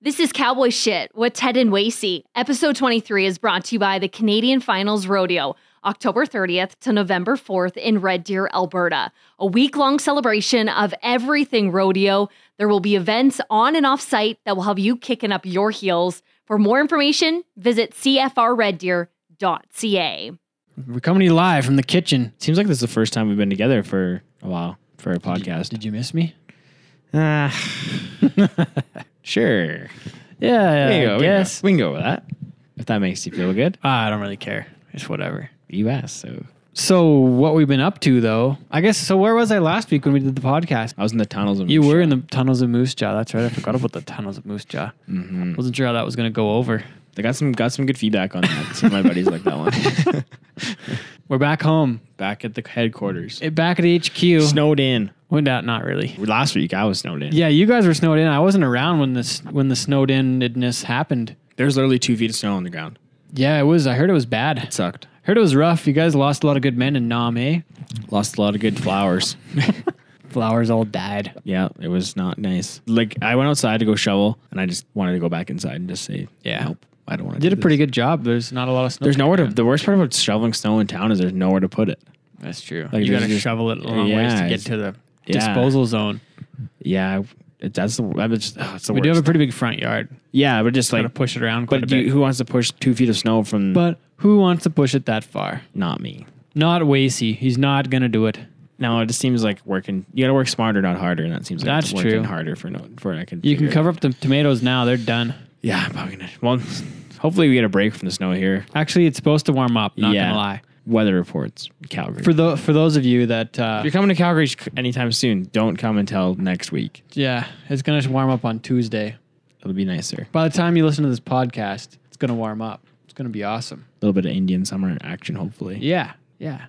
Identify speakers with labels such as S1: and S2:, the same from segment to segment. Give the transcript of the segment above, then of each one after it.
S1: This is Cowboy Shit with Ted and Wacy. Episode 23 is brought to you by the Canadian Finals Rodeo, October 30th to November 4th in Red Deer, Alberta. A week long celebration of everything rodeo. There will be events on and off site that will have you kicking up your heels. For more information, visit cfrreddeer.ca.
S2: We're coming to you live from the kitchen.
S3: Seems like this is the first time we've been together for a while for a podcast.
S2: Did you miss me?
S3: Ah, sure.
S2: Yeah,
S3: There you go,
S2: I
S3: we can go-
S2: guess.
S3: we can go with that. If that makes you feel good,
S2: Ah, I don't really care. It's whatever.
S3: you asked. So
S2: So, what we've been up to, though, I guess. So, where was I last week when we did the podcast?
S3: I was in the tunnels. Of
S2: You were in the tunnels of Moose Jaw. That's right. I forgot about the tunnels of Moose Jaw.
S3: Mhm.
S2: Wasn't sure how that was going to go over.
S3: I got some got some good feedback on that. Some of my buddies like that one.
S2: We're back home.
S3: Back at the headquarters,
S2: It, back at HQ.
S3: snowed in
S2: Went out. Not really.
S3: last week. I was snowed in.
S2: Yeah, you guys were snowed in. I wasn't around when this when the snowed inness happened.
S3: there's literally two feet of snow on the ground.
S2: Yeah, it was. I heard it was bad.
S3: It sucked.
S2: Heard it was rough. You guys lost a lot of good men in Nam, eh?
S3: Lost a lot of good flowers.
S2: Flowers all died.
S3: yeah, it was not nice. Like I went outside to go shovel, and I just wanted to go back inside and just say,
S2: Yeah.
S3: nope, I don't want to.
S2: Did a
S3: do this.
S2: pretty good job. There's not a lot of snow.
S3: There's nowhere to. The worst part about shoveling snow in town is there's nowhere to put it.
S2: That's true.
S3: Like,
S2: you
S3: there's
S2: got to
S3: just-
S2: shovel it a long
S3: Yeah,
S2: ways to get
S3: it's-
S2: to the
S3: yeah.
S2: disposal zone.
S3: Yeah, it, that's the. I'm just, oh, it's the
S2: We
S3: worst.
S2: do have a pretty big front yard.
S3: yeah, but just
S2: Got to
S3: like,
S2: push it around quite a
S3: but
S2: bit.
S3: you, who wants to push two feet of snow from?
S2: but who wants to push it that far?
S3: not me.
S2: Not Wacy. He's not gonna do it.
S3: No, it just seems like working. You got to work smarter, not harder, and that seems like
S2: That's
S3: working
S2: true.
S3: harder for no for I can.
S2: You can
S3: figure it
S2: cover up the tomatoes now. They're done.
S3: out. Yeah, I'm probably gonna. Well, hopefully we get a break from the snow here.
S2: Actually, it's supposed to warm up. Not
S3: yeah.
S2: gonna lie.
S3: Weather reports, Calgary.
S2: For the for those of you that uh,
S3: if you're coming to Calgary sh- anytime soon, don't come until next week.
S2: yeah, it's gonna warm up on Tuesday.
S3: It'll be nicer. A
S2: By the time you listen to this podcast, it's gonna warm up. It's gonna be awesome.
S3: little bit of Indian summer in action, hopefully,
S2: Yeah, yeah.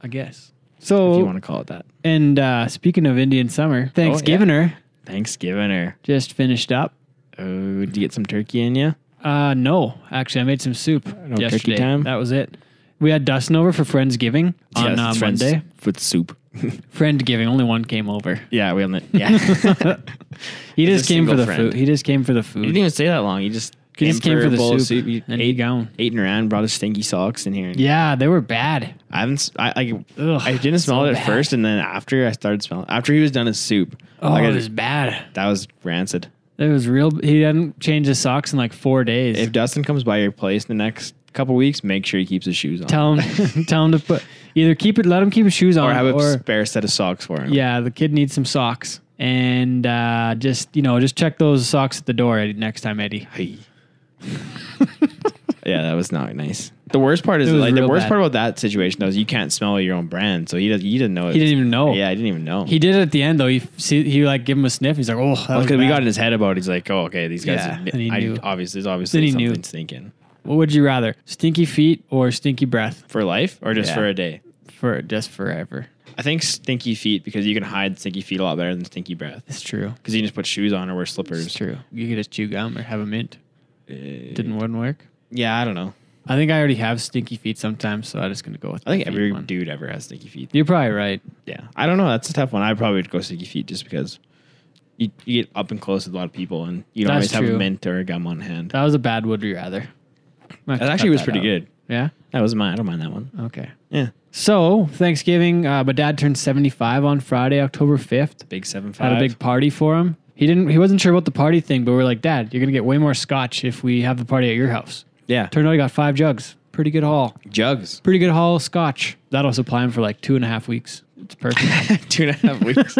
S2: I guess.
S3: if you
S2: So
S3: want to call it that.
S2: And uh, speaking of Indian
S3: Oh,
S2: summer, Thanksgiving
S3: Thanksgiving or
S2: just finished up.
S3: oh, did you get some turkey in you?
S2: Uh, no, actually, I made some soup
S3: turkey
S2: yesterday.
S3: time?
S2: That was it. We had Dustin over for Friendsgiving on
S3: Yes,
S2: uh,
S3: friends
S2: Monday.
S3: with soup.
S2: Friendgiving, only one came over.
S3: yeah, we on the yeah.
S2: He
S3: He's
S2: just
S3: a
S2: came for
S3: single
S2: the
S3: friend.
S2: food. He just came for the
S3: you
S2: food.
S3: didn't even stay that long. You just
S2: He just came for the soup,
S3: You
S2: and he
S3: ate,
S2: gone.
S3: ate and ran. Brought his stinky socks in here. And
S2: Yeah, they were bad.
S3: I haven't. s- I I,
S2: Ugh,
S3: I didn't smell
S2: so
S3: it at
S2: bad.
S3: first, and then after I started smelling. After he was done his soup,
S2: Oh,
S3: like, I
S2: it
S3: just-
S2: was bad.
S3: that was rancid.
S2: It was real. He hadn't changed his socks in like four days.
S3: If Dustin comes by your place in the next couple weeks, make sure he keeps his shoes on.
S2: tell him, tell him to put either keep it, let him keep his shoes on,
S3: or have a
S2: or
S3: spare set of socks for him.
S2: Yeah, the kid needs some socks. And uh, just, you know, just check those socks at the door Eddie, next time, Eddie.
S3: Hey. yeah, that was not nice. The worst part is
S2: It was
S3: like the
S2: real
S3: worst
S2: bad.
S3: part about that situation though is you can't smell your own brand, so he does. You didn't know. It
S2: He didn't even know.
S3: Yeah, I didn't even know.
S2: He did it at the end, though. He, see, he like, give him a sniff. He's like, oh, that was
S3: because we
S2: bad."
S3: got in his head about. it. He's like, oh, okay, these guys.
S2: Yeah,
S3: are-
S2: and he
S3: I
S2: knew.
S3: obviously there's obviously
S2: Then he knew.
S3: something stinking
S2: What would you rather? Stinky feet or stinky breath?
S3: for life or just
S2: Yeah.
S3: for a day.
S2: For just forever.
S3: I think stinky feet because you can hide stinky feet a lot better than stinky breath
S2: It's true.
S3: because you can just put shoes on or wear
S2: It's
S3: slippers.
S2: true. You could just chew gum or have a mint. Didn't wouldn't work.
S3: Yeah, I don't know.
S2: I think I already have stinky feet sometimes, so I'm just going to go with
S3: I think
S2: the feet
S3: every
S2: one.
S3: dude ever has stinky feet.
S2: You're probably right.
S3: Yeah, I don't know. That's a tough one. I probably would go sticky feet just because you, you get up and close with a lot of people, and you don't
S2: That's
S3: always have
S2: true.
S3: a mint or a gum on hand.
S2: That was a bad would you rather.
S3: That actually was pretty good.
S2: Yeah?
S3: That was mine. I don't mind that one.
S2: Okay.
S3: Yeah,
S2: So Thanksgiving, uh, my dad turned seventy five on Friday, October fifth.
S3: big seven five.
S2: Had a big party for him. He didn't. He wasn't sure about the party thing, but we are like, Dad, you're gonna get way more scotch if we have the party at your house.
S3: yeah
S2: Turned out he got five jugs. Pretty good haul.
S3: jugs.
S2: Pretty good haul of scotch. That'll supply him for like two and a half weeks. It's perfect.
S3: Two and a half weeks.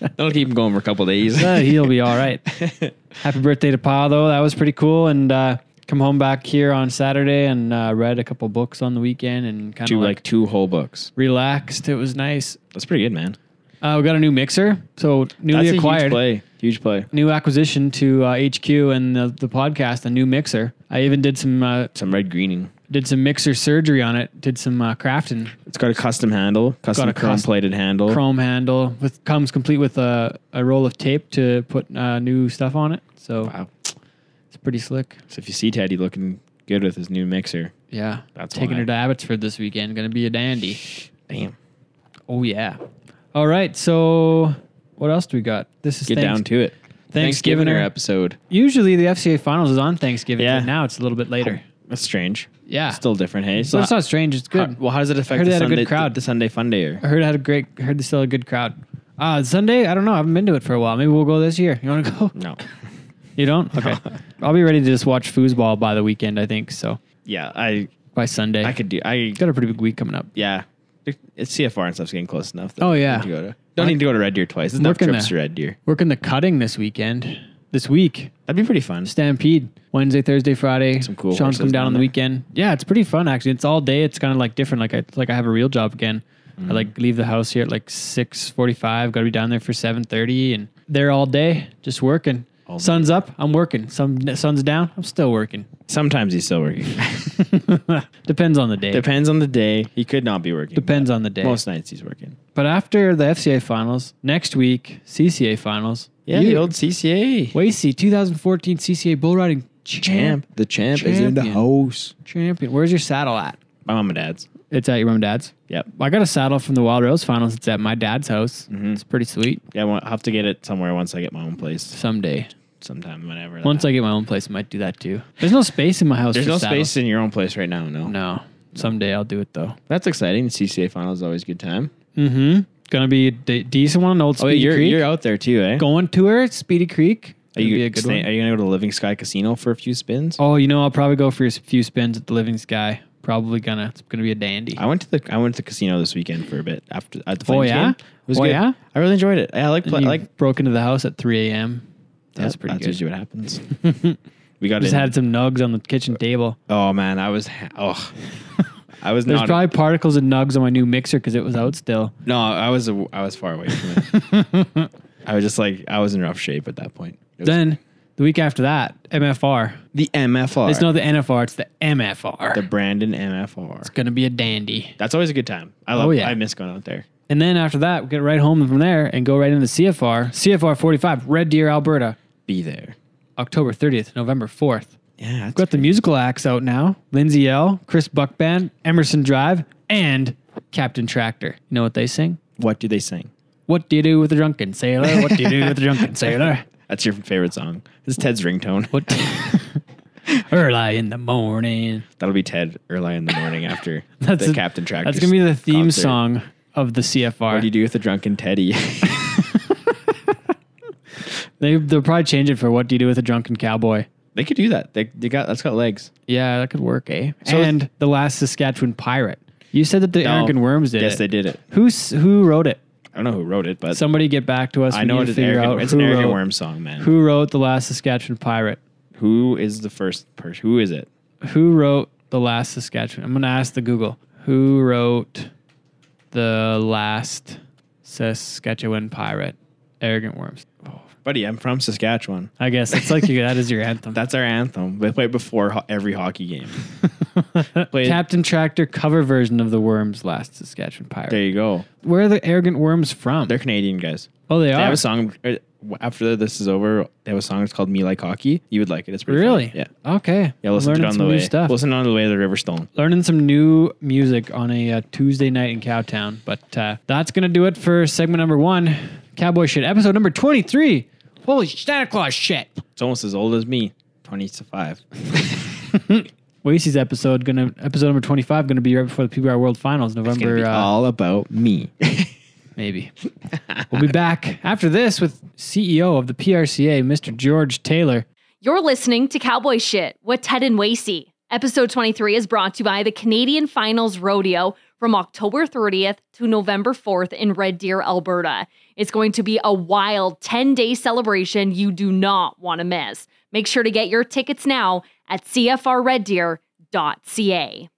S3: That'll keep him going for a couple days.
S2: Uh, he'll be all right. Happy birthday to Pa though. That was pretty cool. And uh, come home back here on Saturday and uh, read a couple books on the weekend and kind of
S3: Two
S2: like,
S3: like two whole books.
S2: relaxed. It was nice.
S3: That's pretty good, man.
S2: Uh, we got a new mixer, so newly
S3: That's a huge
S2: acquired.
S3: play. Huge play.
S2: new acquisition to uh, HQ and the, the podcast, a new mixer. I even did some uh,
S3: Some red greening.
S2: did some mixer surgery on it. Did some uh, crafting,
S3: It's got a custom handle, custom
S2: a
S3: chrome
S2: custom-
S3: plated handle.
S2: chrome handle with comes complete with a, a roll of tape to put uh, new stuff on it. So
S3: Wow.
S2: it's pretty slick.
S3: So if you see Teddy looking good with his new mixer,
S2: Yeah,
S3: That's
S2: taking
S3: why.
S2: her to Abbotsford this weekend. Going to be a dandy.
S3: damn,
S2: Oh yeah. All right. So what else do we got? This is
S3: get
S2: thanks-
S3: down to it.
S2: Thanksgiving
S3: Thanksgiving
S2: or-
S3: episode.
S2: Usually the FCA finals is on Thanksgiving,
S3: Yeah.
S2: but now it's a little bit later.
S3: That's strange.
S2: Yeah.
S3: Still different, hey?
S2: So it's not strange. It's good.
S3: How, well, how does it affect
S2: Heard
S3: the
S2: they had a good
S3: Sunday,
S2: crowd.
S3: the Sunday fun day?
S2: I heard it had a great. I Heard they still had a good crowd. Uh, Sunday, I don't know. I haven't been to it for a while. Maybe we'll go this year. You want to go?
S3: No.
S2: You don't? Okay. I'll be ready to just watch foosball by the weekend. I think so.
S3: Yeah, I
S2: By Sunday,
S3: I could do. I
S2: Got a pretty big week coming up.
S3: yeah. It's CFR and stuff's getting close enough. that
S2: Oh,
S3: I
S2: yeah.
S3: need to go to- Don't need to go to Red Deer twice. There's enough
S2: Working
S3: trips
S2: there.
S3: to Red Deer.
S2: Working the cutting this weekend. This week,
S3: That'd be pretty fun.
S2: Stampede Wednesday, Thursday, Friday.
S3: Some cool
S2: Sean's
S3: horses
S2: come down
S3: down
S2: on the
S3: there.
S2: weekend. Yeah, it's pretty fun actually. It's all day. It's kind of like different. Like I it's like I have a real job again.
S3: Mm-hmm.
S2: I like leave the house here at like six forty-five. Got to be down there for seven thirty, and there all day just working.
S3: All day.
S2: sun's up, I'm working. Sun sun's down, I'm still working.
S3: Sometimes he's still working.
S2: Depends on the day.
S3: Depends on the day. He could not be working.
S2: Depends
S3: but
S2: on the day.
S3: Most nights he's working.
S2: But after the FCA finals, next week CCA finals.
S3: Yeah,
S2: you-
S3: the old CCA
S2: Wacy 2014 CCA bull riding champ
S3: champ. The champ
S2: is in the
S3: house.
S2: champion. Where's your saddle at?
S3: My mom and dad's.
S2: It's at your mom and dad's.
S3: Yep.
S2: I got a saddle from the Wild Rose Finals. It's at my dad's house.
S3: Mm-hmm.
S2: It's pretty sweet.
S3: Yeah, I'll have to get it somewhere once I get my own place
S2: Someday,
S3: sometime whenever. that
S2: once I
S3: happens.
S2: get my own place, I might do that too. There's no space in my house.
S3: there's
S2: for
S3: no
S2: saddles.
S3: space in your own place right now. No,
S2: No. Someday I'll do it though.
S3: that's exciting. The CCA final is always a good time.
S2: Mm-hmm. Gonna be a de- decent one on Old
S3: Oh,
S2: Speedy
S3: wait, you're
S2: Creek.
S3: you're out there too, eh?
S2: Going to her Speedy Creek.
S3: Are
S2: Gonna
S3: you,
S2: be a good
S3: stay-
S2: one.
S3: are you gonna go to Living Sky Casino for a few spins?
S2: oh, you know I'll probably go for a few spins at the Living Sky. Probably gonna. It's gonna be a dandy.
S3: I went to the I went to the casino this weekend for a bit after at the
S2: Oh,
S3: Flames
S2: yeah?
S3: game. It was
S2: Oh,
S3: good.
S2: yeah?
S3: I really enjoyed it. Yeah, I like
S2: And
S3: play,
S2: you
S3: like
S2: broke into the house at 3 a.m. That's
S3: Yep,
S2: pretty good.
S3: that's usually what happens. we got
S2: Just
S3: in-
S2: had some nugs on the kitchen table.
S3: Oh man, I was ha- oh, I was
S2: There's
S3: not
S2: probably particles and nugs on my new mixer because it was out still.
S3: no. I was a- I was far away from it. I was just like I was in rough shape at that point. It was-
S2: Then the week after that, MFR.
S3: the MFR,
S2: It's not the NFR, it's the MFR.
S3: the Brandon MFR.
S2: it's gonna be a dandy.
S3: That's always a good time. I love.
S2: Oh, yeah.
S3: I miss going out there.
S2: And then after that, we get right home from there and go right into CFR. CFR 45, Red Deer, Alberta,
S3: Be there.
S2: October 30th, November 4th.
S3: Yeah, that's
S2: We've got the musical acts out now. Lindsay L, Chris Buckband, Emerson Drive, and Captain Tractor. You know what they sing?
S3: What do they sing?
S2: What do you do with a drunken sailor? What do you do with a drunken sailor?
S3: That's your favorite song. It's Ted's ringtone.
S2: What early in the morning?
S3: That'll be Ted early in the morning after
S2: That's
S3: the
S2: a-
S3: Captain Tractor.
S2: That's gonna be the theme
S3: concert.
S2: song of the
S3: What do
S2: CFR.
S3: you do with a drunken Teddy?
S2: They they'll probably change it for "What do you do with a drunken cowboy?"
S3: they could do that. They, they got that's got legs.
S2: Yeah, that could work, eh?
S3: So-
S2: and the last Saskatchewan pirate. You said that the American Worms did
S3: Yes,
S2: it.
S3: they did it.
S2: Who's who wrote it?
S3: I don't know who wrote it, but
S2: Somebody get back to us.
S3: I
S2: We
S3: know
S2: need
S3: it
S2: to
S3: is
S2: figure
S3: Eric,
S2: out
S3: it's
S2: who
S3: an Eric
S2: wrote,
S3: Worm song, man.
S2: who wrote the last Saskatchewan pirate.
S3: who is the first person? Who is it?
S2: Who wrote the last Saskatchewan? I'm gonna ask the Google. Who wrote the last Saskatchewan pirate? Arrogant worms.
S3: Buddy, I'm from Saskatchewan.
S2: I guess it's like you, that is your anthem.
S3: That's our anthem. They play it before ho- every hockey game. play it-
S2: Captain Tractor cover version of the Worms' last Saskatchewan pirate.
S3: There you go.
S2: Where are the arrogant worms from?
S3: They're Canadian guys.
S2: oh, they,
S3: They
S2: are.
S3: have a song er, after this is over. They have a song. It's called "Me Like Hockey." You would like it. It's pretty fun.
S2: Really?
S3: Yeah.
S2: Okay.
S3: Yeah. Listen
S2: Learning
S3: to it on
S2: some
S3: the
S2: new
S3: way.
S2: stuff.
S3: Listen on the way to the River Stone.
S2: Learning some new music on a uh, Tuesday night in Cowtown. But uh, that's gonna do it for segment number one, Cowboy Shit, episode number twenty-three. Holy Santa Claus shit!
S3: It's almost as old as me. Twenty to five.
S2: Wacy's episode gonna episode number twenty-five gonna be right before the PBR World Finals,
S3: It's gonna
S2: November.
S3: be
S2: uh,
S3: all about me.
S2: Maybe. we'll be back after this with CEO of the PRCA, Mr. George Taylor.
S1: You're listening to Cowboy Shit with Ted and Wacy. Episode 23 is brought to you by the Canadian Finals Rodeo from October 30th to November 4th in Red Deer, Alberta. It's going to be a wild 10 day celebration you do not want to miss. Make sure to get your tickets now at cfrreddeer.ca.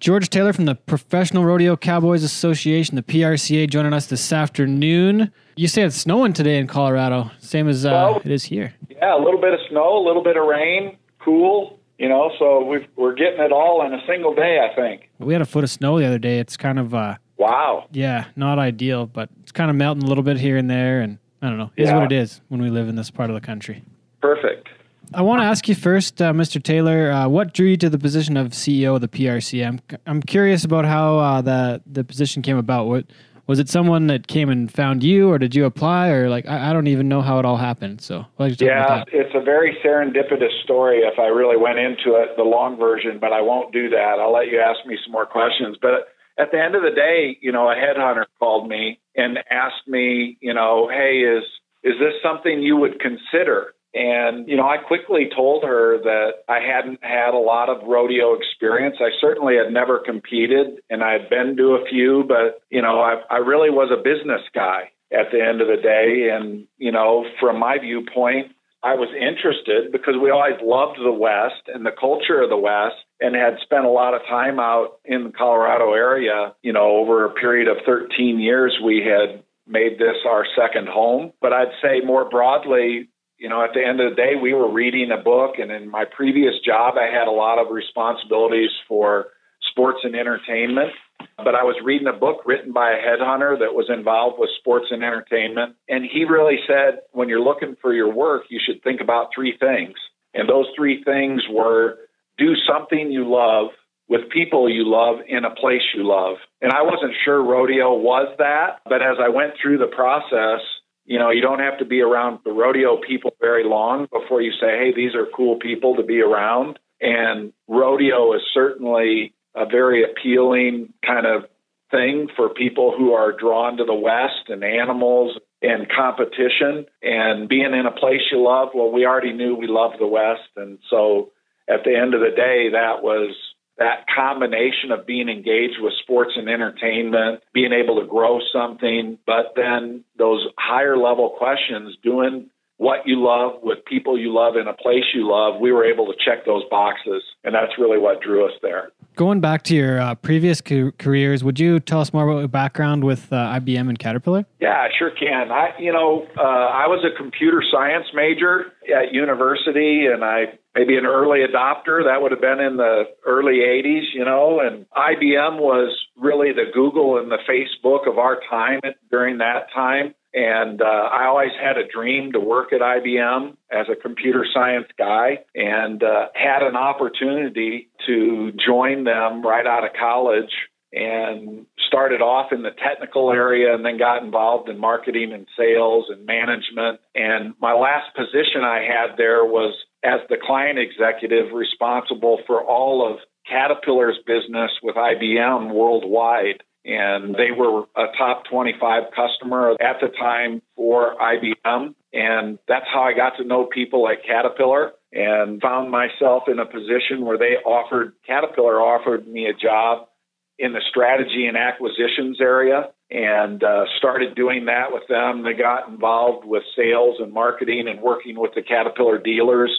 S2: George Taylor from the Professional Rodeo Cowboys Association, the PRCA, joining us this afternoon. You say it's snowing today in Colorado, same as uh,
S4: Well-
S2: it is here.
S4: Yeah, a little bit of snow, a little bit of rain, cool. You know, so we've, we're getting it all in a single day. I think.
S2: We had a foot of snow the other day. It's kind of, uh,
S4: Wow.
S2: yeah, not ideal, but it's kind of melting a little bit here and there. And I don't know, is
S4: Yeah.
S2: what it is when we live in this part of the country.
S4: Perfect.
S2: I want to ask you first, uh, Mr. Taylor, uh, what drew you to E the position of CEO of the PRC? I'm, I'm curious about how uh, the the position came about. What was it someone that came and found you, or did you apply, or like I, I don't even know how it all happened. So why don't you talk
S4: Yeah,
S2: about that?
S4: it's a very serendipitous story if I really went into it, the long version, but I won't do that. I'll let you ask me some more questions. But at the end of the day, you know, a headhunter called me and asked me, you know, hey, is is this something you would consider? And, you know, I quickly told her that I hadn't had a lot of rodeo experience. I certainly had never competed and I had been to a few, but, you know, I, I really was a business guy at the end of the day. And, you know, from my viewpoint, I was interested because we always loved the West and the culture of the West and had spent a lot of time out in the Colorado area. You know, over a period of 13 years, we had made this our second home. But I'd say more broadly, you know, at the end of the day, we were reading a book. And in my previous job, I had a lot of responsibilities for sports and entertainment. But I was reading a book written by a headhunter that was involved with sports and entertainment. And he really said, when you're looking for your work, you should think about three things. And those three things were do something you love with people you love in a place you love. And I wasn't sure rodeo was that. But as I went through the process, you know, you don't have to be around the rodeo people very long before you say, hey, these are cool people to be around. And rodeo is certainly a very appealing kind of thing for people who are drawn to the West and animals and competition and being in a place you love. Well, we already knew we loved the West. And so at the end of the day, that was that combination of being engaged with sports and entertainment, being able to grow something, but then those higher level questions, doing what you love with people you love in a place you love, we were able to check those boxes. And that's really what drew us there.
S2: Going back to your uh, previous ca- careers, would you tell us more about your background with uh, IBM and Caterpillar?
S4: Yeah, I sure can. I, you know, uh, I was a computer science major at university, and I maybe an early adopter. That would have been in the early '80s, you know. And IBM was really the Google and the Facebook of our time during that time. And uh, I always had a dream to work at IBM as a computer science guy and uh, had an opportunity to join them right out of college and started off in the technical area and then got involved in marketing and sales and management. And my last position I had there was as the client executive responsible for all of Caterpillar's business with IBM worldwide. And they were a top 25 customer at the time for IBM. And that's how I got to know people at Caterpillar and found myself in a position where they offered, Caterpillar offered me a job in the strategy and acquisitions area and uh, started doing that with them. They got involved with sales and marketing and working with the Caterpillar dealers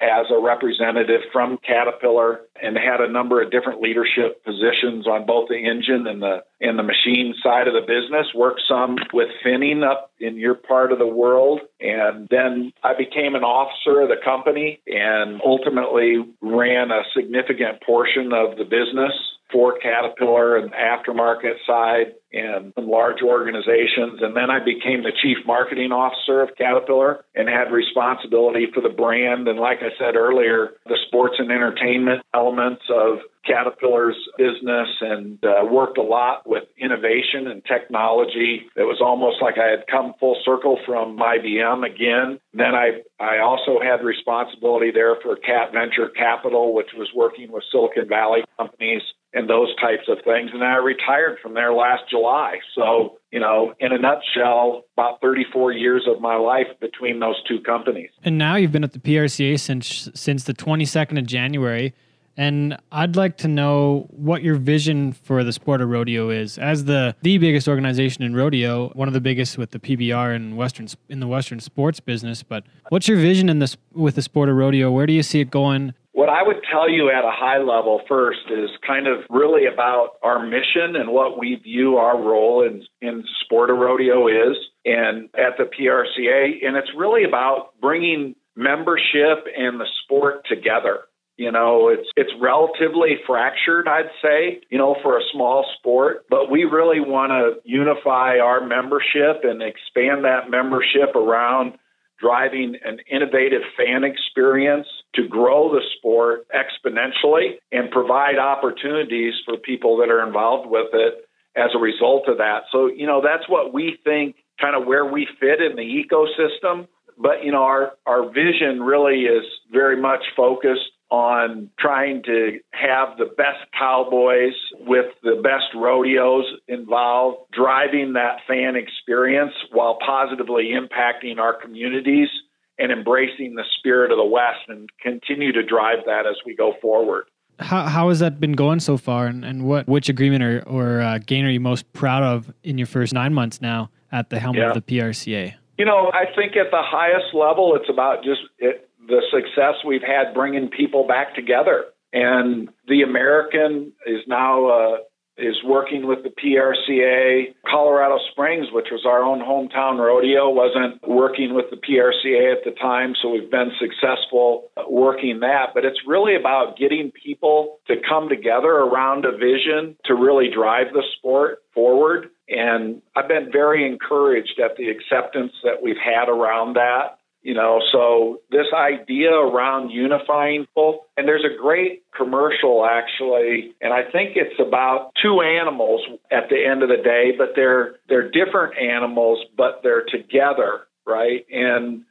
S4: as a representative from Caterpillar and had a number of different leadership positions on both the engine and the and the machine side of the business. Worked some with Finning up in your part of the world, and then I became an officer of the company and ultimately ran a significant portion of the business for Caterpillar and aftermarket side and some large organizations. And then I became the chief marketing officer of Caterpillar and had responsibility for the brand. And like I said earlier, the sports and entertainment elements of Caterpillar's business and uh, worked a lot with innovation and technology. It was almost like I had come full circle from IBM again. Then I, I also had responsibility there for Cat Venture Capital, which was working with Silicon Valley companies and those types of things. And I retired from there last July. So, you know, in a nutshell, about 34 years of my life between those two companies.
S2: And now you've been at the PRCA since since the 22nd of January. And I'd like to know what your vision for the sport of rodeo is. As the the biggest organization in rodeo, one of the biggest with the PBR in western in the western sports business, but what's your vision in this with the sport of rodeo? Where do you see it going?
S4: What I would tell you at a high level first is kind of really about our mission and what we view our role in, in sport of rodeo is and at the PRCA. And it's really about bringing membership and the sport together. You know, it's it's relatively fractured, I'd say, you know, for a small sport, but we really want to unify our membership and expand that membership around driving an innovative fan experience to grow the sport exponentially and provide opportunities for people that are involved with it as a result of that. So, you know, that's what we think kind of where we fit in the ecosystem. But, you know, our, our vision really is very much focused on trying to have the best cowboys with the best rodeos involved, driving that fan experience while positively impacting our communities and embracing the spirit of the West and continue to drive that as we go forward.
S2: How, how has that been going so far, and, and what which agreement or, or uh, gain are you most proud of in your first nine months now at the helm
S4: Yeah.
S2: of the PRCA?
S4: You know, I think at the highest level, it's about just it, the success we've had bringing people back together. And the American is now uh, is working with the PRCA. Colorado Springs, which was our own hometown rodeo, wasn't working with the PRCA at the time, so we've been successful uh, working that. But it's really about getting people to come together around a vision to really drive the sport forward. And I've been very encouraged at the acceptance that we've had around that. You know, so this idea around unifying people, and there's a great commercial actually, and I think it's about two animals at the end of the day, but they're they're different animals, but they're together, right? And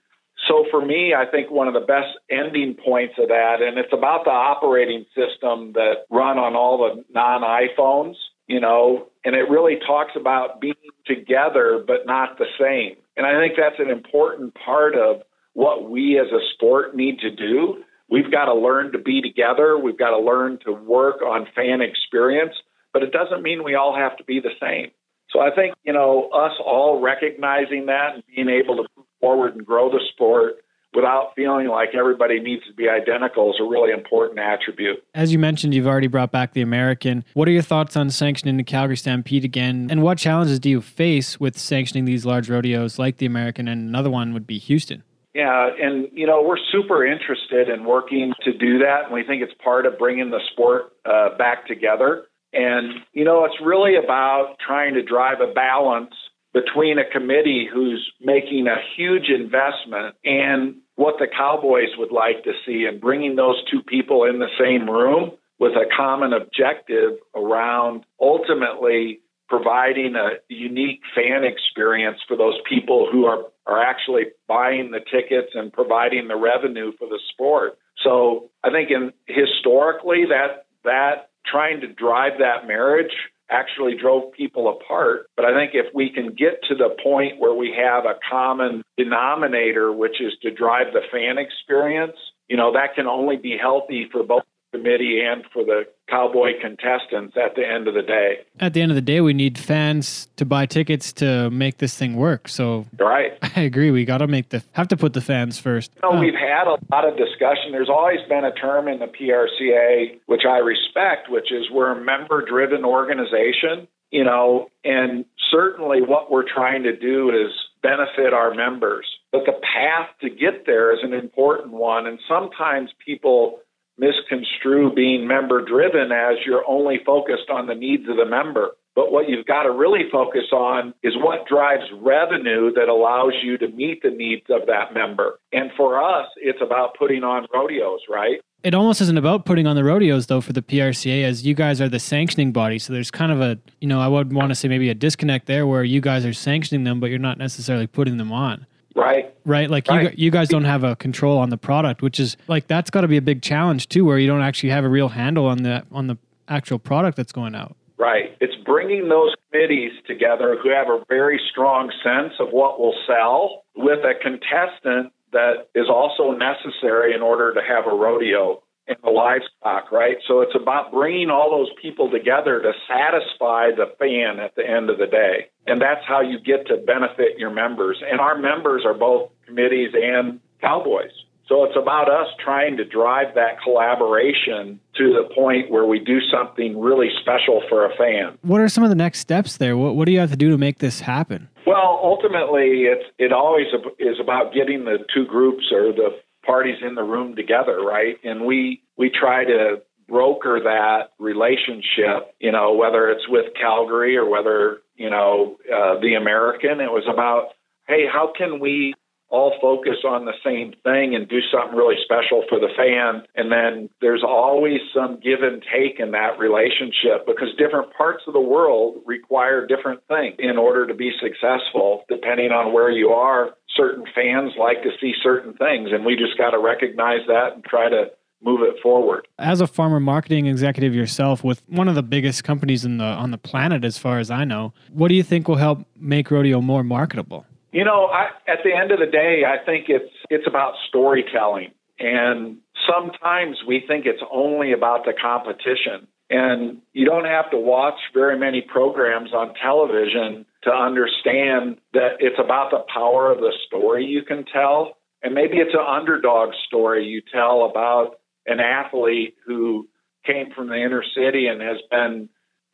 S4: so for me, I think one of the best ending points of that, and it's about the operating system that run on all the non iPhones, you know, and it really talks about being together but not the same. And I think that's an important part of what we as a sport need to do. We've got to learn to be together. We've got to learn to work on fan experience, but it doesn't mean we all have to be the same. So I think, you know, us all recognizing that and being able to move forward and grow the sport without feeling like everybody needs to be identical is a really important attribute.
S2: As you mentioned, you've already brought back the American. What are your thoughts on sanctioning the Calgary Stampede again? And what challenges do you face with sanctioning these large rodeos like the American? And another one would be Houston.
S4: Yeah, and you know we're super interested in working to do that, and we think it's part of bringing the sport uh, back together. And you know it's really about trying to drive a balance between a committee who's making a huge investment and what the Cowboys would like to see, and bringing those two people in the same room with a common objective around ultimately providing a unique fan experience for those people who are, are actually buying the tickets and providing the revenue for the sport. So I think in historically that that trying to drive that marriage actually drove people apart. But I think if we can get to the point where we have a common denominator, which is to drive the fan experience, you know, that can only be healthy for both the committee and for the cowboy contestants at the end of the day.
S2: At the end of the day, we need fans to buy tickets to make this thing work. So
S4: Right.
S2: I agree. We got to make the have to put the fans first.
S4: You know,
S2: Uh,
S4: we've had a lot of discussion. There's always been a term in the PRCA, which I respect, which is we're a member driven organization, you know, and certainly what we're trying to do is benefit our members. But the path to get there is an important one. And sometimes people misconstrue being member driven as you're only focused on the needs of the member. But what you've got to really focus on is what drives revenue that allows you to meet the needs of that member. And for us, it's about putting on rodeos, right?
S2: it almost isn't about putting on the rodeos though for the PRCA as you guys are the sanctioning body. So there's kind of a, you know, I would want to say maybe a disconnect there where you guys are sanctioning them but you're not necessarily putting them on.
S4: Right.
S2: Right? Like you
S4: Right.
S2: you you guys don't have a control on the product, which is like that's got to be a big challenge too where you don't actually have a real handle on the on the actual product that's going out.
S4: Right. It's bringing those committees together who have a very strong sense of what will sell with a contestant that is also necessary in order to have a rodeo and the livestock, right? So it's about bringing all those people together to satisfy the fan at the end of the day. And that's how you get to benefit your members. And our members are both committees and cowboys. So it's about us trying to drive that collaboration to the point where we do something really special for a fan.
S2: What are some of the next steps there? What what do you have to do to make this happen?
S4: Well, ultimately, it's it always ab- is about getting the two groups or the parties in the room together, right? And we we try to broker that relationship, you know, whether it's with Calgary or whether you know uh, the American. It was about, hey, how can we all focus on the same thing and do something really special for the fan. And then there's always some give and take in that relationship because different parts of the world require different things in order to be successful, depending on where you are. Certain fans like to see certain things, and we just got to recognize that and try to move it forward.
S2: As a farmer marketing executive yourself with one of the biggest companies in the on the planet as far as I know, what do you think will help make rodeo more marketable?
S4: You know, I, at the end of the day, I think it's it's about storytelling, and sometimes we think it's only about the competition. And you don't have to watch very many programs on television to understand that it's about the power of the story you can tell. And maybe it's an underdog story you tell about an athlete who came from the inner city and has been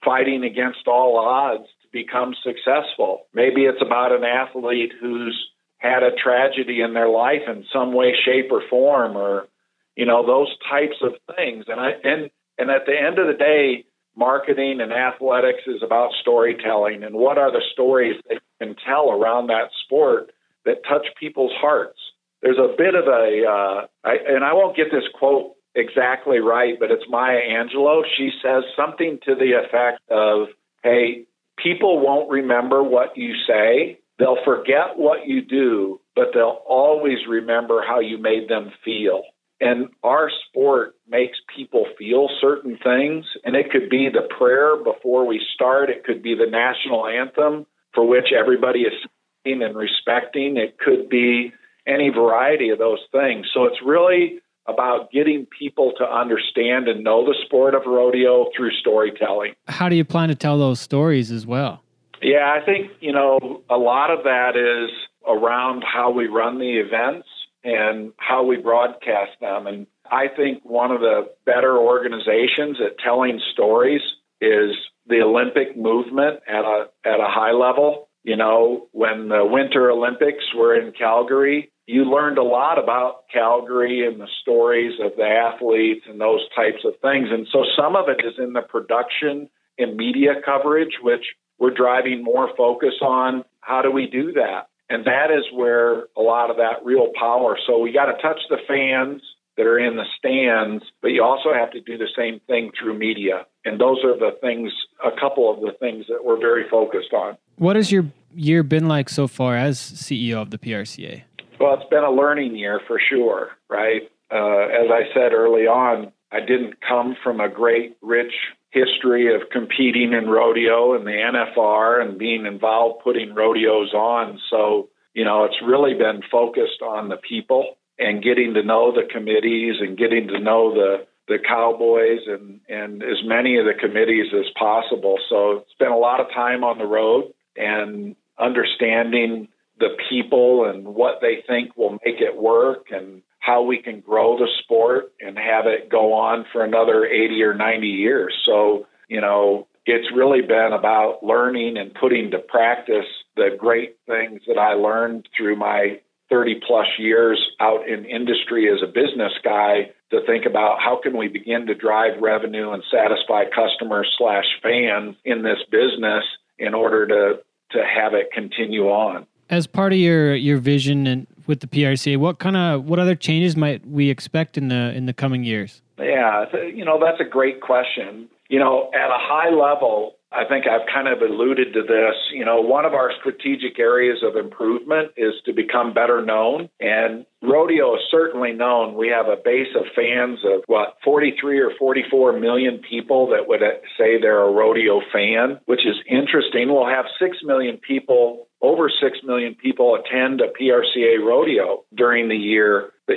S4: fighting against all odds to become successful. Maybe it's about an athlete who's had a tragedy in their life in some way, shape, or form, or you know those types of things. And I and and at the end of the day, marketing and athletics is about storytelling and what are the stories that you can tell around that sport that touch people's hearts there's a bit of a, uh, I, and I won't get this quote exactly right, but it's Maya Angelou. She says something to the effect of, hey, people won't remember what you say. They'll forget what you do, but they'll always remember how you made them feel. And our sport makes people feel certain things, and it could be the prayer before we start, it could be the national anthem for which everybody is singing and respecting, it could be any variety of those things. So it's really about getting people to understand and know the sport of rodeo through storytelling.
S2: How do you plan to tell those stories as well?
S4: Yeah, I think, you know, a lot of that is around how we run the events and how we broadcast them. And I think one of the better organizations at telling stories is the Olympic movement at a at a high level. You know, when the Winter Olympics were in Calgary, you learned a lot about Calgary and the stories of the athletes and those types of things. And so some of it is in the production and media coverage, which we're driving more focus on how do we do that? And that is where a lot of that real power. So we got to touch the fans that are in the stands, but you also have to do the same thing through media. And those are the things, a couple of the things that we're very focused on.
S2: What has your year been like so far as CEO of the PRCA?
S4: Well, it's been a learning year for sure, right? Uh, as I said early on, I didn't come from a great, rich history of competing in rodeo and the NFR and being involved putting rodeos on. So, you know, it's really been focused on the people and getting to know the committees and getting to know the the cowboys and and as many of the committees as possible. So spent a lot of time on the road and understanding the people and what they think will make it work and how we can grow the sport and have it go on for another 80 or 90 years. So, you know, it's really been about learning and putting to practice the great things that I learned through my 30 plus years out in industry as a business guy to think about how can we begin to drive revenue and satisfy customers slash fans in this business in order to to have it continue on
S2: as part of your your vision and with the PRCA what kind of what other changes might we expect in the in the coming years
S4: yeah you know that's a great question you know at a high level I think I've kind of alluded to this. You know, one of our strategic areas of improvement is to become better known. And rodeo is certainly known. We have a base of fans of what, 43 or 44 million people that would say they're a rodeo fan, which is interesting. We'll have 6 million people, over 6 million people attend a PRCA rodeo during the year. But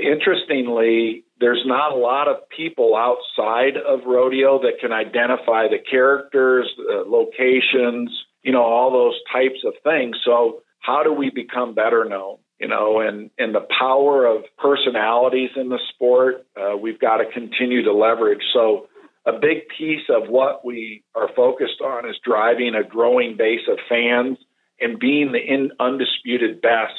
S4: interestingly, there's not a lot of people outside of rodeo that can identify the characters, the locations, you know, all those types of things. So how do we become better known? You know, and and the power of personalities in the sport, uh, we've got to continue to leverage. So a big piece of what we are focused on is driving a growing base of fans and being the in, undisputed best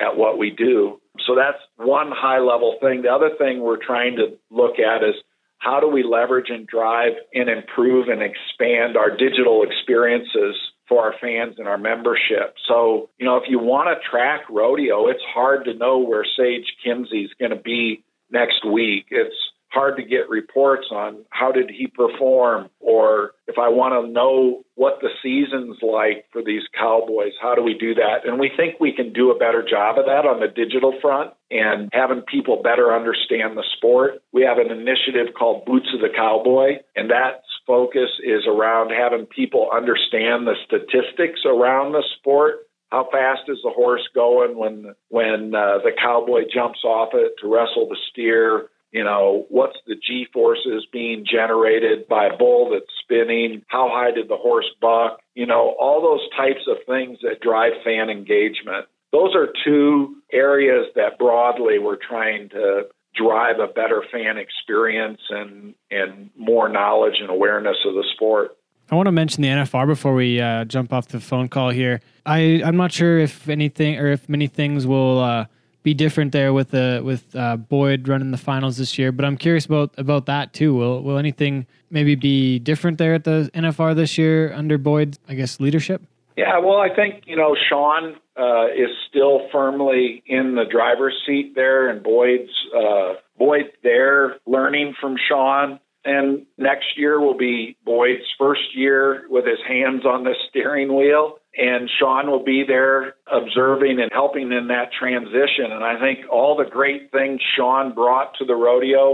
S4: at what we do. So that's one high level thing. The other thing we're trying to look at is how do we leverage and drive and improve and expand our digital experiences for our fans and our membership. So, you know, if you want to track rodeo, it's hard to know where Sage Kimsey's going to be next week. It's hard to get reports on how did he perform or if I want to know what the season's like for these cowboys, how do we do that? And we think we can do a better job of that on the digital front and having people better understand the sport. We have an initiative called Boots of the Cowboy and that's focus is around having people understand the statistics around the sport. How fast is the horse going when when uh, the cowboy jumps off it to wrestle the steer? You know, what's the G forces being generated by a bull that's spinning? How high did the horse buck? You know, all those types of things that drive fan engagement. Those are two areas that broadly we're trying to drive a better fan experience and and more knowledge and awareness of the sport.
S2: I want to mention the NFR before we uh, jump off the phone call here. I I'm not sure if anything or if many things will uh, be different there with the with uh, Boyd running the finals this year, but I'm curious about about that too. Will will anything maybe be different there at the NFR this year under Boyd's I guess leadership?
S4: Yeah, well, I think you know Sean uh, is still firmly in the driver's seat there, and Boyd's uh, Boyd there learning from Sean. And next year will be Boyd's first year with his hands on the steering wheel, and Sean will be there observing and helping in that transition. And I think all the great things Sean brought to the rodeo,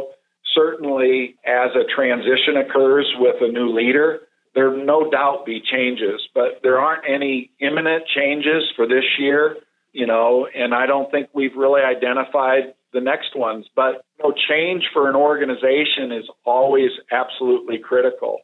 S4: certainly as a transition occurs with a new leader, there no doubt be changes, but there aren't any imminent changes for this year, you know, and I don't think we've really identified the next ones. But you know, change for an organization is always absolutely critical.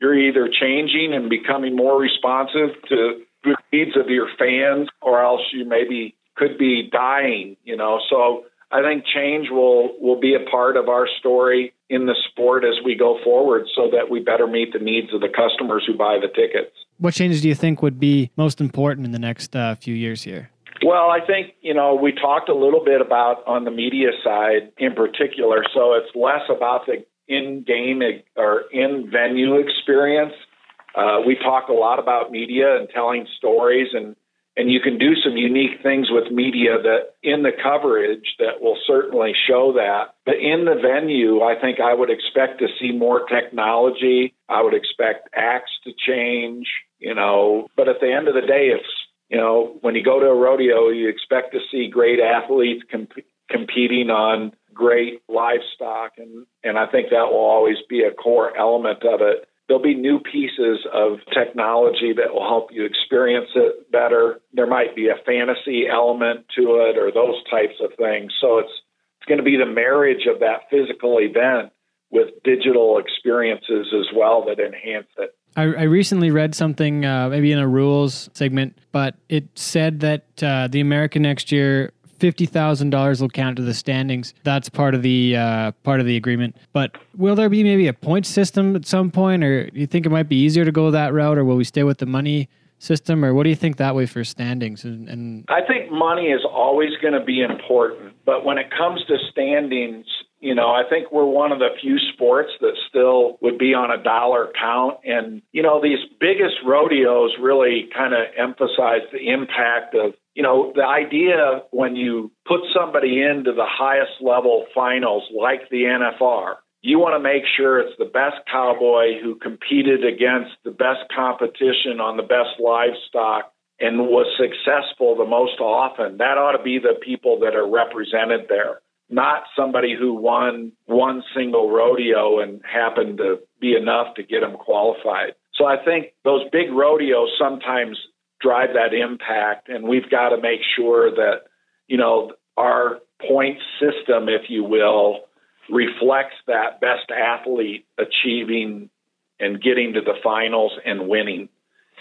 S4: You're either changing and becoming more responsive to the needs of your fans, or else you maybe could be dying, you know. So I think change will will be a part of our story in the sport as we go forward so that we better meet the needs of the customers who buy the tickets.
S2: What changes do you think would be most important in the next uh, few years here?
S4: Well, I think, you know, we talked a little bit about on the media side in particular, so it's less about the in game or in venue experience. Uh, we talk a lot about media and telling stories and and you can do some unique things with media that in the coverage that will certainly show that. But in the venue, I think I would expect to see more technology. I would expect acts to change, you know. But at the end of the day, if you know, when you go to a rodeo, you expect to see great athletes comp- competing on great livestock, and and I think that will always be a core element of it there'll be new pieces of technology that will help you experience it better. There might be a fantasy element to it or those types of things. So it's it's going to be the marriage of that physical event with digital experiences as well that enhance it.
S2: I, I recently read something, uh, maybe in a rules segment, but it said that uh, the American next year fifty thousand dollars will count to the standings. That's part of the uh, part of the agreement. But will there be maybe a point system at some point, or do you think it might be easier to go that route, or will we stay with the money system, or what do you think that way for standings? And, and
S4: I think money is always going to be important, but when it comes to standings. You know, I think we're one of the few sports that still would be on a dollar count. And, you know, these biggest rodeos really kind of emphasize the impact of you know, the idea when you put somebody into the highest level finals like the NFR, you want to make sure it's the best cowboy who competed against the best competition on the best livestock and was successful the most often. That ought to be the people that are represented there, not somebody who won one single rodeo and happened to be enough to get them qualified. So I think those big rodeos sometimes drive that impact. And we've got to make sure that, you know, our point system, if you will, reflects that best athlete achieving and getting to the finals and winning.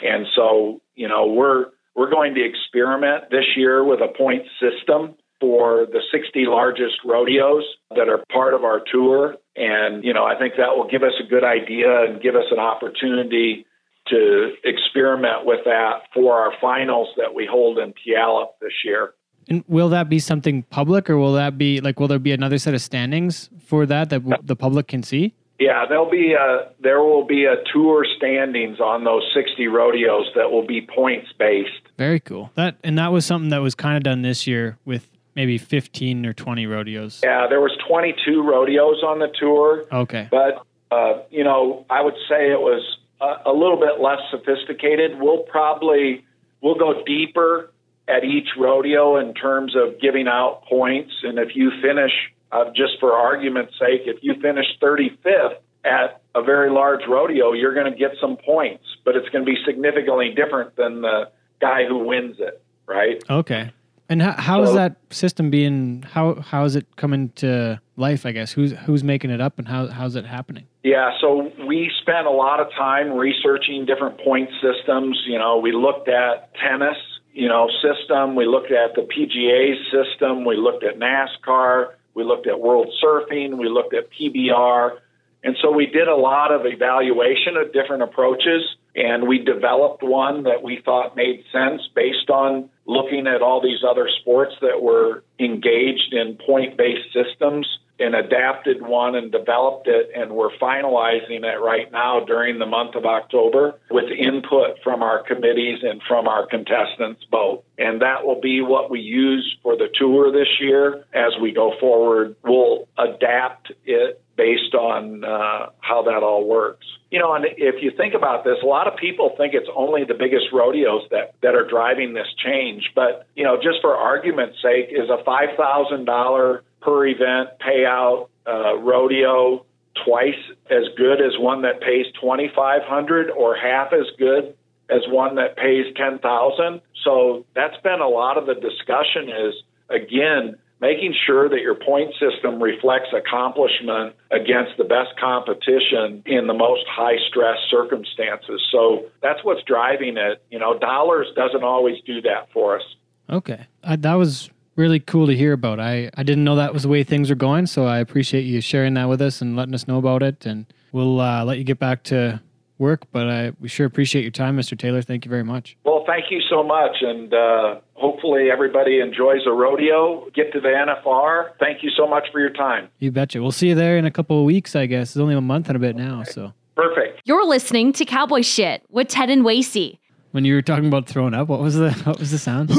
S4: And so, you know, we're we're going to experiment this year with a point system for the 60 largest rodeos that are part of our tour and you know, I think that will give us a good idea and give us an opportunity to experiment with that for our finals that we hold in Puyallup this year.
S2: And will that be something public, or will that be like will there be another set of standings for that that the public can see?
S4: Yeah, there'll be a, there will be a tour standings on those 60 rodeos that will be points based.
S2: Very cool. That and that was something that was kind of done this year with maybe 15 or 20 rodeos.
S4: Yeah, there was 22 rodeos on the tour,
S2: Okay.
S4: but uh, you know, I would say it was a, a little bit less sophisticated. We'll probably we'll go deeper at each rodeo in terms of giving out points, and if you finish, uh, just for argument's sake, if you finish 35th at a very large rodeo, you're going to get some points, but it's going to be significantly different than the guy who wins it, right?
S2: Okay. And how, how is
S4: So-
S2: that system being how how is it coming to life, I guess? Who's who's making it up and how how's it happening?
S4: Yeah, so we spent a lot of time researching different point systems. You know, we looked at tennis, you know, system. We looked at the PGA system. We looked at NASCAR. We looked at world surfing. We looked at PBR. And so we did a lot of evaluation of different approaches and we developed one that we thought made sense based on looking at all these other sports that were engaged in point based systems and adapted one and developed it. And we're finalizing it right now during the month of October with input from our committees and from our contestants both. And that will be what we use for the tour this year. As we go forward, we'll adapt it based on uh, how that all works. You know, and if you think about this, a lot of people think it's only the biggest rodeos that, that are driving this change. But, you know, just for argument's sake, is a $5,000 per event payout uh, rodeo twice as good as one that pays 2500 or half as good as one that pays 10,000. So that's been a lot of the discussion is again making sure that your point system reflects accomplishment against the best competition in the most high stress circumstances. So that's what's driving it. You know, dollars doesn't always do that for us.
S2: Okay. Uh, that was really cool to hear about. I, I didn't know that was the way things were going, so I appreciate you sharing that with us and letting us know about it. And we'll uh, let you get back to work, but I, we sure appreciate your time, Mr. Taylor. Thank you very much.
S4: Well, thank you so much, and uh, hopefully everybody enjoys a rodeo. Get to the NFR. Thank you so much for your time.
S2: You betcha. We'll see you there in a couple of weeks, I guess. It's only a month and a bit now, so.
S4: Perfect.
S1: You're listening to Cowboy Shit with Ted and Wasey.
S2: When you were talking about throwing up, what was the what was the sound?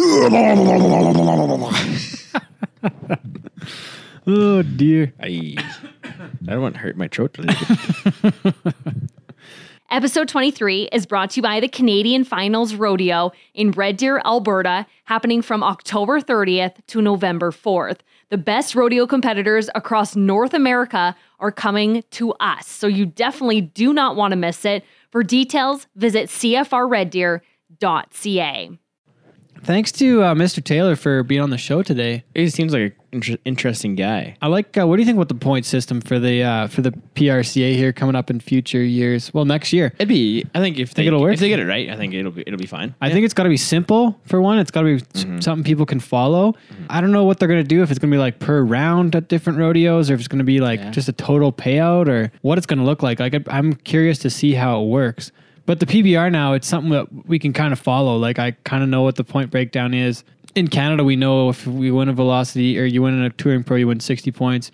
S2: oh dear.
S3: I, that one hurt my throat a little bit.
S1: Episode 23 is brought to you by the Canadian Finals Rodeo in Red Deer, Alberta, happening from October 30th to November 4th. The best rodeo competitors across North America are coming to us, so you definitely do not want to miss it. For details, visit cfrreddeer.ca.
S2: Thanks to uh, Mr. Taylor for being on the show today.
S3: He seems like an inter- interesting guy.
S2: I like. Uh, what do you think about the point system for the uh, for the PRCA here coming up in future years? Well, next year.
S3: It'd be. I think if they
S2: it'll work?
S3: if they get it right, I think it'll be it'll be fine.
S2: I think it's got to be simple for one. It's got to be s- something people can follow. I don't know what they're gonna do if it's gonna be like per round at different rodeos, or if it's gonna be like just a total payout, or what it's gonna look like. Like I- I'm curious to see how it works. But the PBR now, it's something that we can kind of follow. Like I kind of know what the point breakdown is. In Canada, we know if we win a velocity or you win in a touring pro, you win 60 points.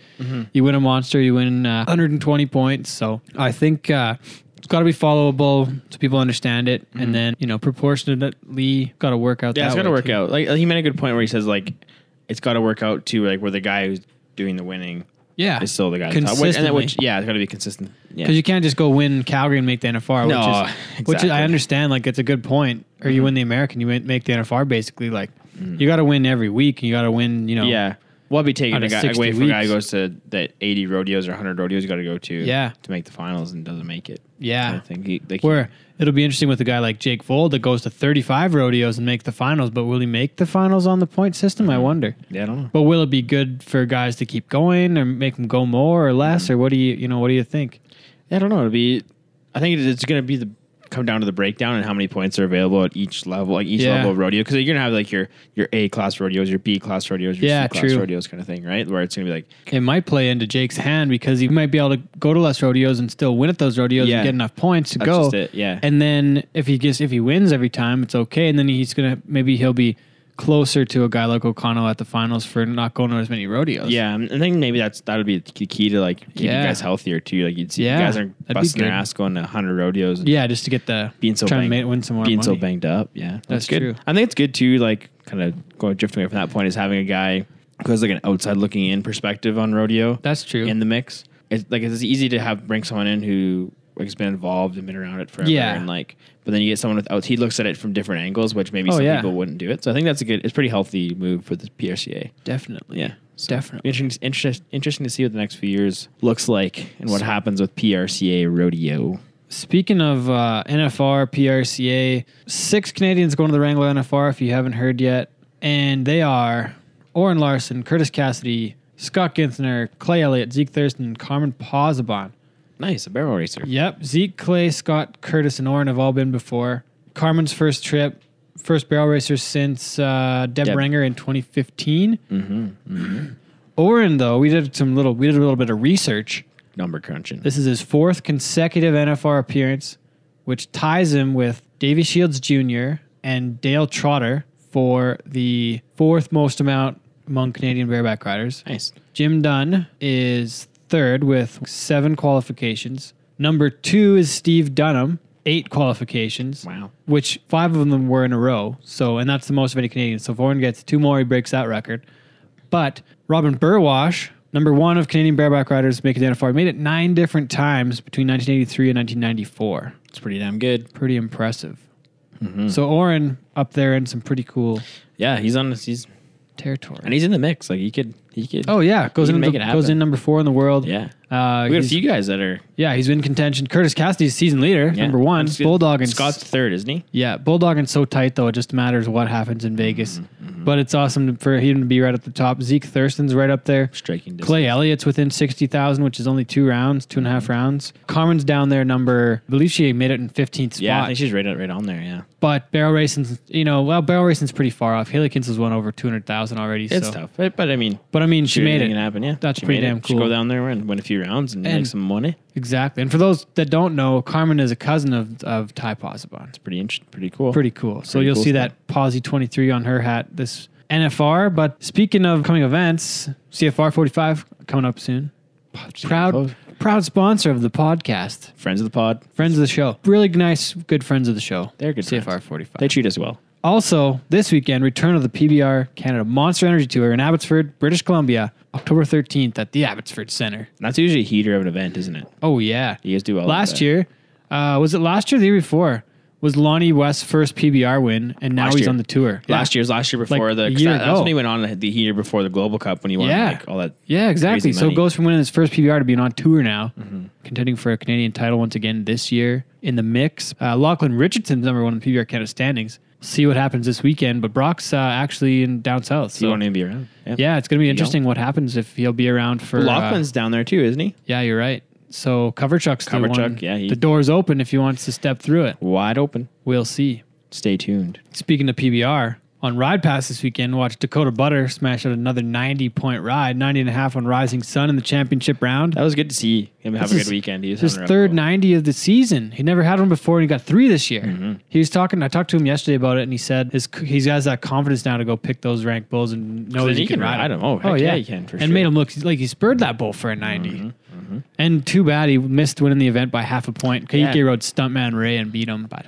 S2: You win a monster, you win uh, 120 points. So I think uh, it's got to be followable so people understand it, and then you know proportionately got to work out.
S3: Mm-hmm. Yeah,
S2: that
S3: it's got to
S2: way,
S3: work
S2: too.
S3: out. Like he made a good point where he says like it's got to work out to like where the guy who's doing the winning
S2: Yeah,
S3: is still the guy. Which-
S2: consistently.
S3: and that which yeah, it's got to be consistent. Yeah,
S2: Because you can't just go win Calgary and make the NFR, which,
S3: No,
S2: is, which is, I
S3: exactly. Mm-hmm.
S2: understand. Like it's a good point. Or you win the American, you win, make the NFR. Basically, like you got to win every week. and You got to win. You know.
S3: yeah. Well, I'd be taking
S2: Out
S3: a
S2: of
S3: guy
S2: 60
S3: away from a guy who
S2: weeks.
S3: goes to that 80 rodeos or 100 rodeos you got to go to
S2: Yeah.
S3: to make the finals and doesn't make it.
S2: Yeah.
S3: Kinda thing. He- like,
S2: Where it'll be interesting with a guy like Jake Vold that goes to 35 rodeos and make the finals, but will he make the finals on the point system? I wonder.
S3: Mm-hmm. yeah, I don't know.
S2: But will it be good for guys to keep going or make them go more or less
S3: Mm-hmm.
S2: or what do you you know what do you think?
S3: Yeah, I don't know. It'll be. I think it- it's going to be the come down to the breakdown and how many points are available at each level, like each
S2: Yeah.
S3: level of rodeo. Because you're going to have like your your A class rodeos, your B class rodeos, your
S2: Yeah,
S3: C class
S2: true.
S3: rodeos, kind of thing, right? Where it's going to be like
S2: It might play into Jake's hand because he might be able to go to less rodeos and still win at those rodeos
S3: Yeah.
S2: and get enough points to
S3: That's
S2: go.
S3: just it, yeah.
S2: And then if he gets if he wins every time, it's okay. And then he's gonna maybe he'll be closer to a guy like O'Connell at the finals for not going to as many rodeos.
S3: Yeah, and I think maybe that's that would be the key to like keeping
S2: Yeah.
S3: guys healthier too. Like you'd see
S2: Yeah,
S3: guys aren't
S2: that'd be
S3: busting their
S2: good.
S3: ass going to hundred rodeos. And
S2: yeah, just to get the
S3: being so
S2: trying
S3: banged,
S2: to ma- win some more
S3: being so
S2: money.
S3: banged up. Yeah, that's,
S2: That's
S3: good.
S2: true.
S3: I think it's good too. Like kind of going drifting away from that point is having a guy who has like an outside looking in perspective on rodeo.
S2: That's true.
S3: in the mix. It's like it's easy to have bring someone in who like, has been involved and been around it forever.
S2: Yeah.
S3: and like, but then you get someone without. He looks at it from different angles, which maybe
S2: Oh,
S3: some
S2: yeah.
S3: people wouldn't do it. So I think that's a good. It's a pretty healthy move for the PRCA.
S2: definitely.
S3: Yeah.
S2: definitely.
S3: Interesting, interest, interesting to see what the next few years looks like and what happens with PRCA rodeo.
S2: Speaking of uh, NFR, PRCA, six Canadians going to the Wrangler NFR if you haven't heard yet. And they are Oren Larson, Curtis Cassidy, Scott Gintner, Clay Elliott, Zeke Thurston, and Carmen Pazabon.
S3: Nice, a barrel racer.
S2: Yep. Zeke, Clay, Scott, Curtis, and Oren have all been before. Carmen's first trip, first barrel racer since uh, Deb,
S3: Deb.
S2: Renger in 2015. Mm-hmm, Oren, though, we did some little, we did a little bit of research.
S3: Number crunching.
S2: This is his fourth consecutive NFR appearance, which ties him with Davy Shields Jr. and Dale Trotter for the fourth most amount among Canadian bareback riders.
S3: nice.
S2: Jim Dunn is third with seven qualifications. Number two is Steve Dunham, eight qualifications.
S3: Wow.
S2: Which five of them were in a row. So, and that's the most of any Canadian. So, if Warren gets two more, he breaks that record. But Robin Burwash, number one of Canadian bareback riders, making the NFR, made it nine different times between 1983 and 1994.
S3: It's pretty damn good.
S2: Pretty impressive.
S3: Mm-hmm.
S2: So, Oren up there in some pretty cool
S3: Yeah, he's on. this- He's
S2: territory.
S3: and he's in the mix. Like he could. He could.
S2: oh, yeah. Goes, in,
S3: He can make
S2: the-
S3: it happen.
S2: goes in number four in the world.
S3: yeah.
S2: Uh,
S3: we got a
S2: he's-
S3: few guys that are
S2: Yeah, he's been contention. Curtis Cassidy's season leader,
S3: yeah.
S2: number one.
S3: That's good.
S2: Bulldog and
S3: Scott's third, isn't he?
S2: yeah, Bulldog and so tight though. It just matters what happens in Vegas.
S3: Mm-hmm,
S2: But it's awesome for him to be right at the top. Zeke Thurston's right up there.
S3: Striking distance.
S2: Clay Elliott's within sixty thousand, which is only two rounds, two and a half
S3: Mm-hmm.
S2: rounds. Carmen's down there, number. I believe she made it in fifteenth spot.
S3: Yeah, I think she's right, right on there. Yeah,
S2: but barrel racing's, you know, well, barrel racing's pretty far off. Haley Kinsel's won over two hundred thousand already.
S3: it's
S2: so.
S3: tough, but, but I mean,
S2: But I mean, she
S3: sure,
S2: made
S3: anything
S2: it.
S3: Can happen. Yeah,
S2: That's
S3: She
S2: pretty
S3: made it.
S2: damn
S3: She go
S2: cool.
S3: down there and win a few rounds and, make
S2: And-
S3: some money.
S2: exactly. And for those that don't know, Carmen is a cousin of of Ty Posabon.
S3: Pretty interesting. Pretty cool.
S2: pretty cool. So
S3: Pretty
S2: you'll
S3: cool
S2: see
S3: stuff.
S2: that Posy 23 on her hat this NFR. But speaking of coming events, CFR 45 coming up soon.
S3: Just close.
S2: Proud, proud sponsor of the podcast,
S3: friends of the pod.
S2: friends of the show. Really nice, good friends of the show.
S3: They're good
S2: CFR
S3: friends.
S2: 45.
S3: They treat us well.
S2: Also, this weekend, return of the PBR Canada Monster Energy Tour in Abbotsford, British Columbia, October 13th at the Abbotsford Center.
S3: And that's usually a heater of an event, isn't it?
S2: Oh yeah,
S3: You guys do well at
S2: Last
S3: that.
S2: year, uh, was it last year? or The year before was Lonnie West's first PBR win, and now
S3: Last
S2: he's
S3: year.
S2: on the tour. Yeah.
S3: Last year's last year before
S2: Like,
S3: the
S2: a
S3: 'cause
S2: year
S3: that- that's
S2: ago.
S3: when he went on the heater before the Global Cup when he won
S2: Yeah.
S3: like all that.
S2: Yeah, exactly.
S3: Crazy
S2: So
S3: money. Mm-hmm.
S2: it goes from winning his first PBR to being on tour now, contending for a Canadian title once again this year in the mix. Uh, Lachlan Richardson's number one in PBR Canada standings. See what happens this weekend, but Brock's uh, actually in down south.
S3: He
S2: So
S3: won't e- even be around.
S2: yeah, it's going to be interesting what happens if he'll be around for. uh,
S3: Lachlan's down there too, isn't he?
S2: yeah, you're right. So Coverchuck's the
S3: Koverchuk,
S2: one.
S3: yeah, he-
S2: the door's open if he wants to step through it.
S3: Wide open.
S2: We'll see.
S3: Stay tuned.
S2: Speaking of PBR, on Ride Pass this weekend, watch Dakota Butter smash out another 90 point ride, 90 and a half on Rising Sun in the championship round.
S3: That was good to see him have
S2: This
S3: a
S2: is
S3: good weekend. He was
S2: his
S3: having a rough
S2: third
S3: go.
S2: 90 of the season. He never had one before, and he got three this year.
S3: Mm-hmm.
S2: He was talking. I talked to him yesterday about it, and he said his, he has that confidence now to go pick those ranked bulls and know
S3: then
S2: that he, can, ride
S3: 'em. Oh, heck yeah, he can, for
S2: and
S3: sure. Mm-hmm,
S2: made him look like he spurred that bull for a 90. And too bad he missed winning the event by half a point. Kaike
S3: Yeah.
S2: rode stuntman Ray and beat him, but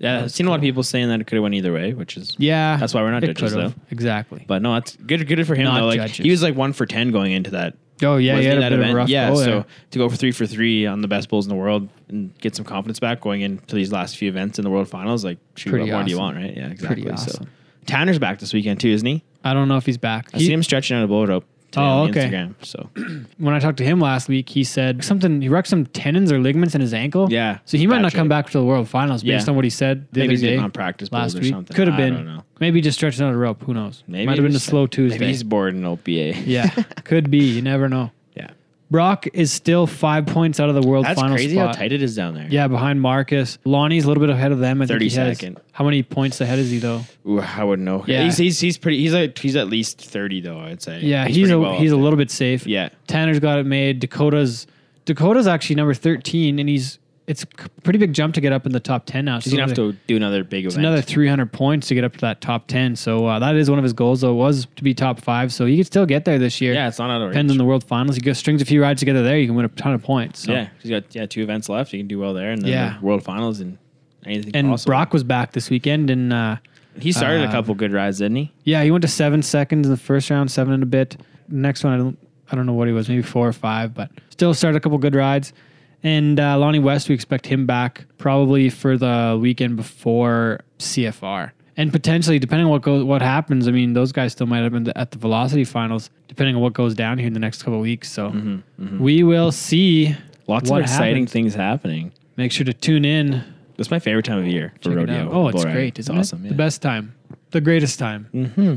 S3: Yeah, I've seen a lot of people saying that it could have went either way, which is
S2: yeah,
S3: That's why we're not
S2: it
S3: judges,
S2: could've.
S3: though.
S2: Exactly.
S3: But no, that's good. Good for him
S2: Not
S3: though. Like
S2: judges.
S3: he was like one for ten going into that.
S2: oh yeah, he
S3: wasn't
S2: had
S3: he,
S2: a bit of a rough
S3: yeah.
S2: go
S3: so
S2: there.
S3: to go for three for three on the best bulls in the world and get some confidence back going into these last few events in the world finals, like shoot,
S2: Pretty
S3: what more do you
S2: awesome.
S3: want, right? Yeah, exactly. So
S2: awesome.
S3: Tanner's back this weekend too, isn't he?
S2: I don't know if he's back.
S3: I
S2: He-
S3: see him stretching out a blow rope. today
S2: Oh,
S3: on
S2: okay.
S3: Instagram. So
S2: when I talked to him last week, he said something. He wrecked some tendons or ligaments in his ankle.
S3: Yeah,
S2: So he might not
S3: fracture.
S2: come back to the World Finals based
S3: Yeah.
S2: on what he said the
S3: Maybe he's
S2: other day
S3: getting on practice balls
S2: last
S3: or
S2: week.
S3: something.
S2: Could have
S3: I
S2: been.
S3: don't know.
S2: Maybe just stretching out a rope. Who knows?
S3: maybe
S2: might have been a
S3: just-
S2: slow Tuesday.
S3: Maybe he's bored in OPA.
S2: yeah, could be. You never know.
S3: yeah.
S2: Brock is still five points out of the World
S3: That's
S2: Final
S3: crazy
S2: spot.
S3: how tight it is down there.
S2: Yeah, behind Marcus. Lonnie's a little bit ahead of them. I think he has-
S3: 32nd.
S2: How many points ahead is he though?
S3: Ooh, I wouldn't know.
S2: Yeah.
S3: He's, he's he's pretty. He's like he's at least thirty though. I'd say.
S2: Yeah, he's,
S3: pretty
S2: a
S3: well
S2: he's a
S3: up
S2: little bit safe.
S3: there. yeah.
S2: Tanner's got it made. Dakota's Dakota's actually number thirteen, and he's it's a c- pretty big jump to get up in the top 10 now. So
S3: He's gonna have
S2: the-
S3: to do another big
S2: it's
S3: event.
S2: another 300 points to get up to that top 10. So uh, that is one of his goals, though, was to be top five. So he could still get there this year.
S3: yeah, it's not out of
S2: Depends on
S3: range.
S2: the world finals. You go strings a few rides together there, you can win a ton of points. So.
S3: Yeah, he's got yeah two events left. He can do well there, and then
S2: Yeah.
S3: the world finals and anything.
S2: And
S3: possible.
S2: Brock was back this weekend, and uh,
S3: he started
S2: uh,
S3: a couple good rides, didn't he?
S2: yeah, he went to seven seconds in the first round, seven and a bit. Next one, I don't, I don't know what he was, maybe four or five, but still started a couple good rides. And uh, Lonnie West, we expect him back probably for the weekend before CFR, and potentially depending on what goes, what happens. I mean, those guys still might have been at the Velocity Finals, depending on what goes down here in the next couple of weeks. So we will see.
S3: Mm-hmm, Lots
S2: what
S3: of exciting
S2: happens.
S3: things happening.
S2: Make sure to tune in.
S3: That's my favorite time of year for
S2: Check it
S3: rodeo.
S2: out. Oh, it's
S3: bull riding.
S2: great.
S3: It's
S2: isn't it?
S3: awesome.
S2: The
S3: yeah.
S2: best time. The greatest time. Mm-hmm.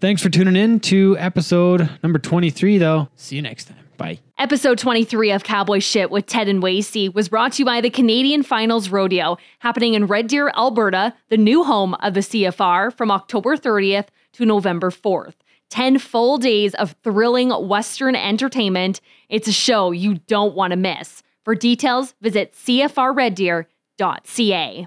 S2: Thanks for tuning in to episode number 23, though. See you next time.
S3: Bye.
S1: Episode 23 of Cowboy Shit with Ted and Wasey was brought to you by the Canadian Finals Rodeo, happening in Red Deer, Alberta, the new home of the CFR, from October 30th to November 4th. 10 full days of thrilling Western entertainment. It's a show you don't want to miss. For details, visit cfrreddeer.ca.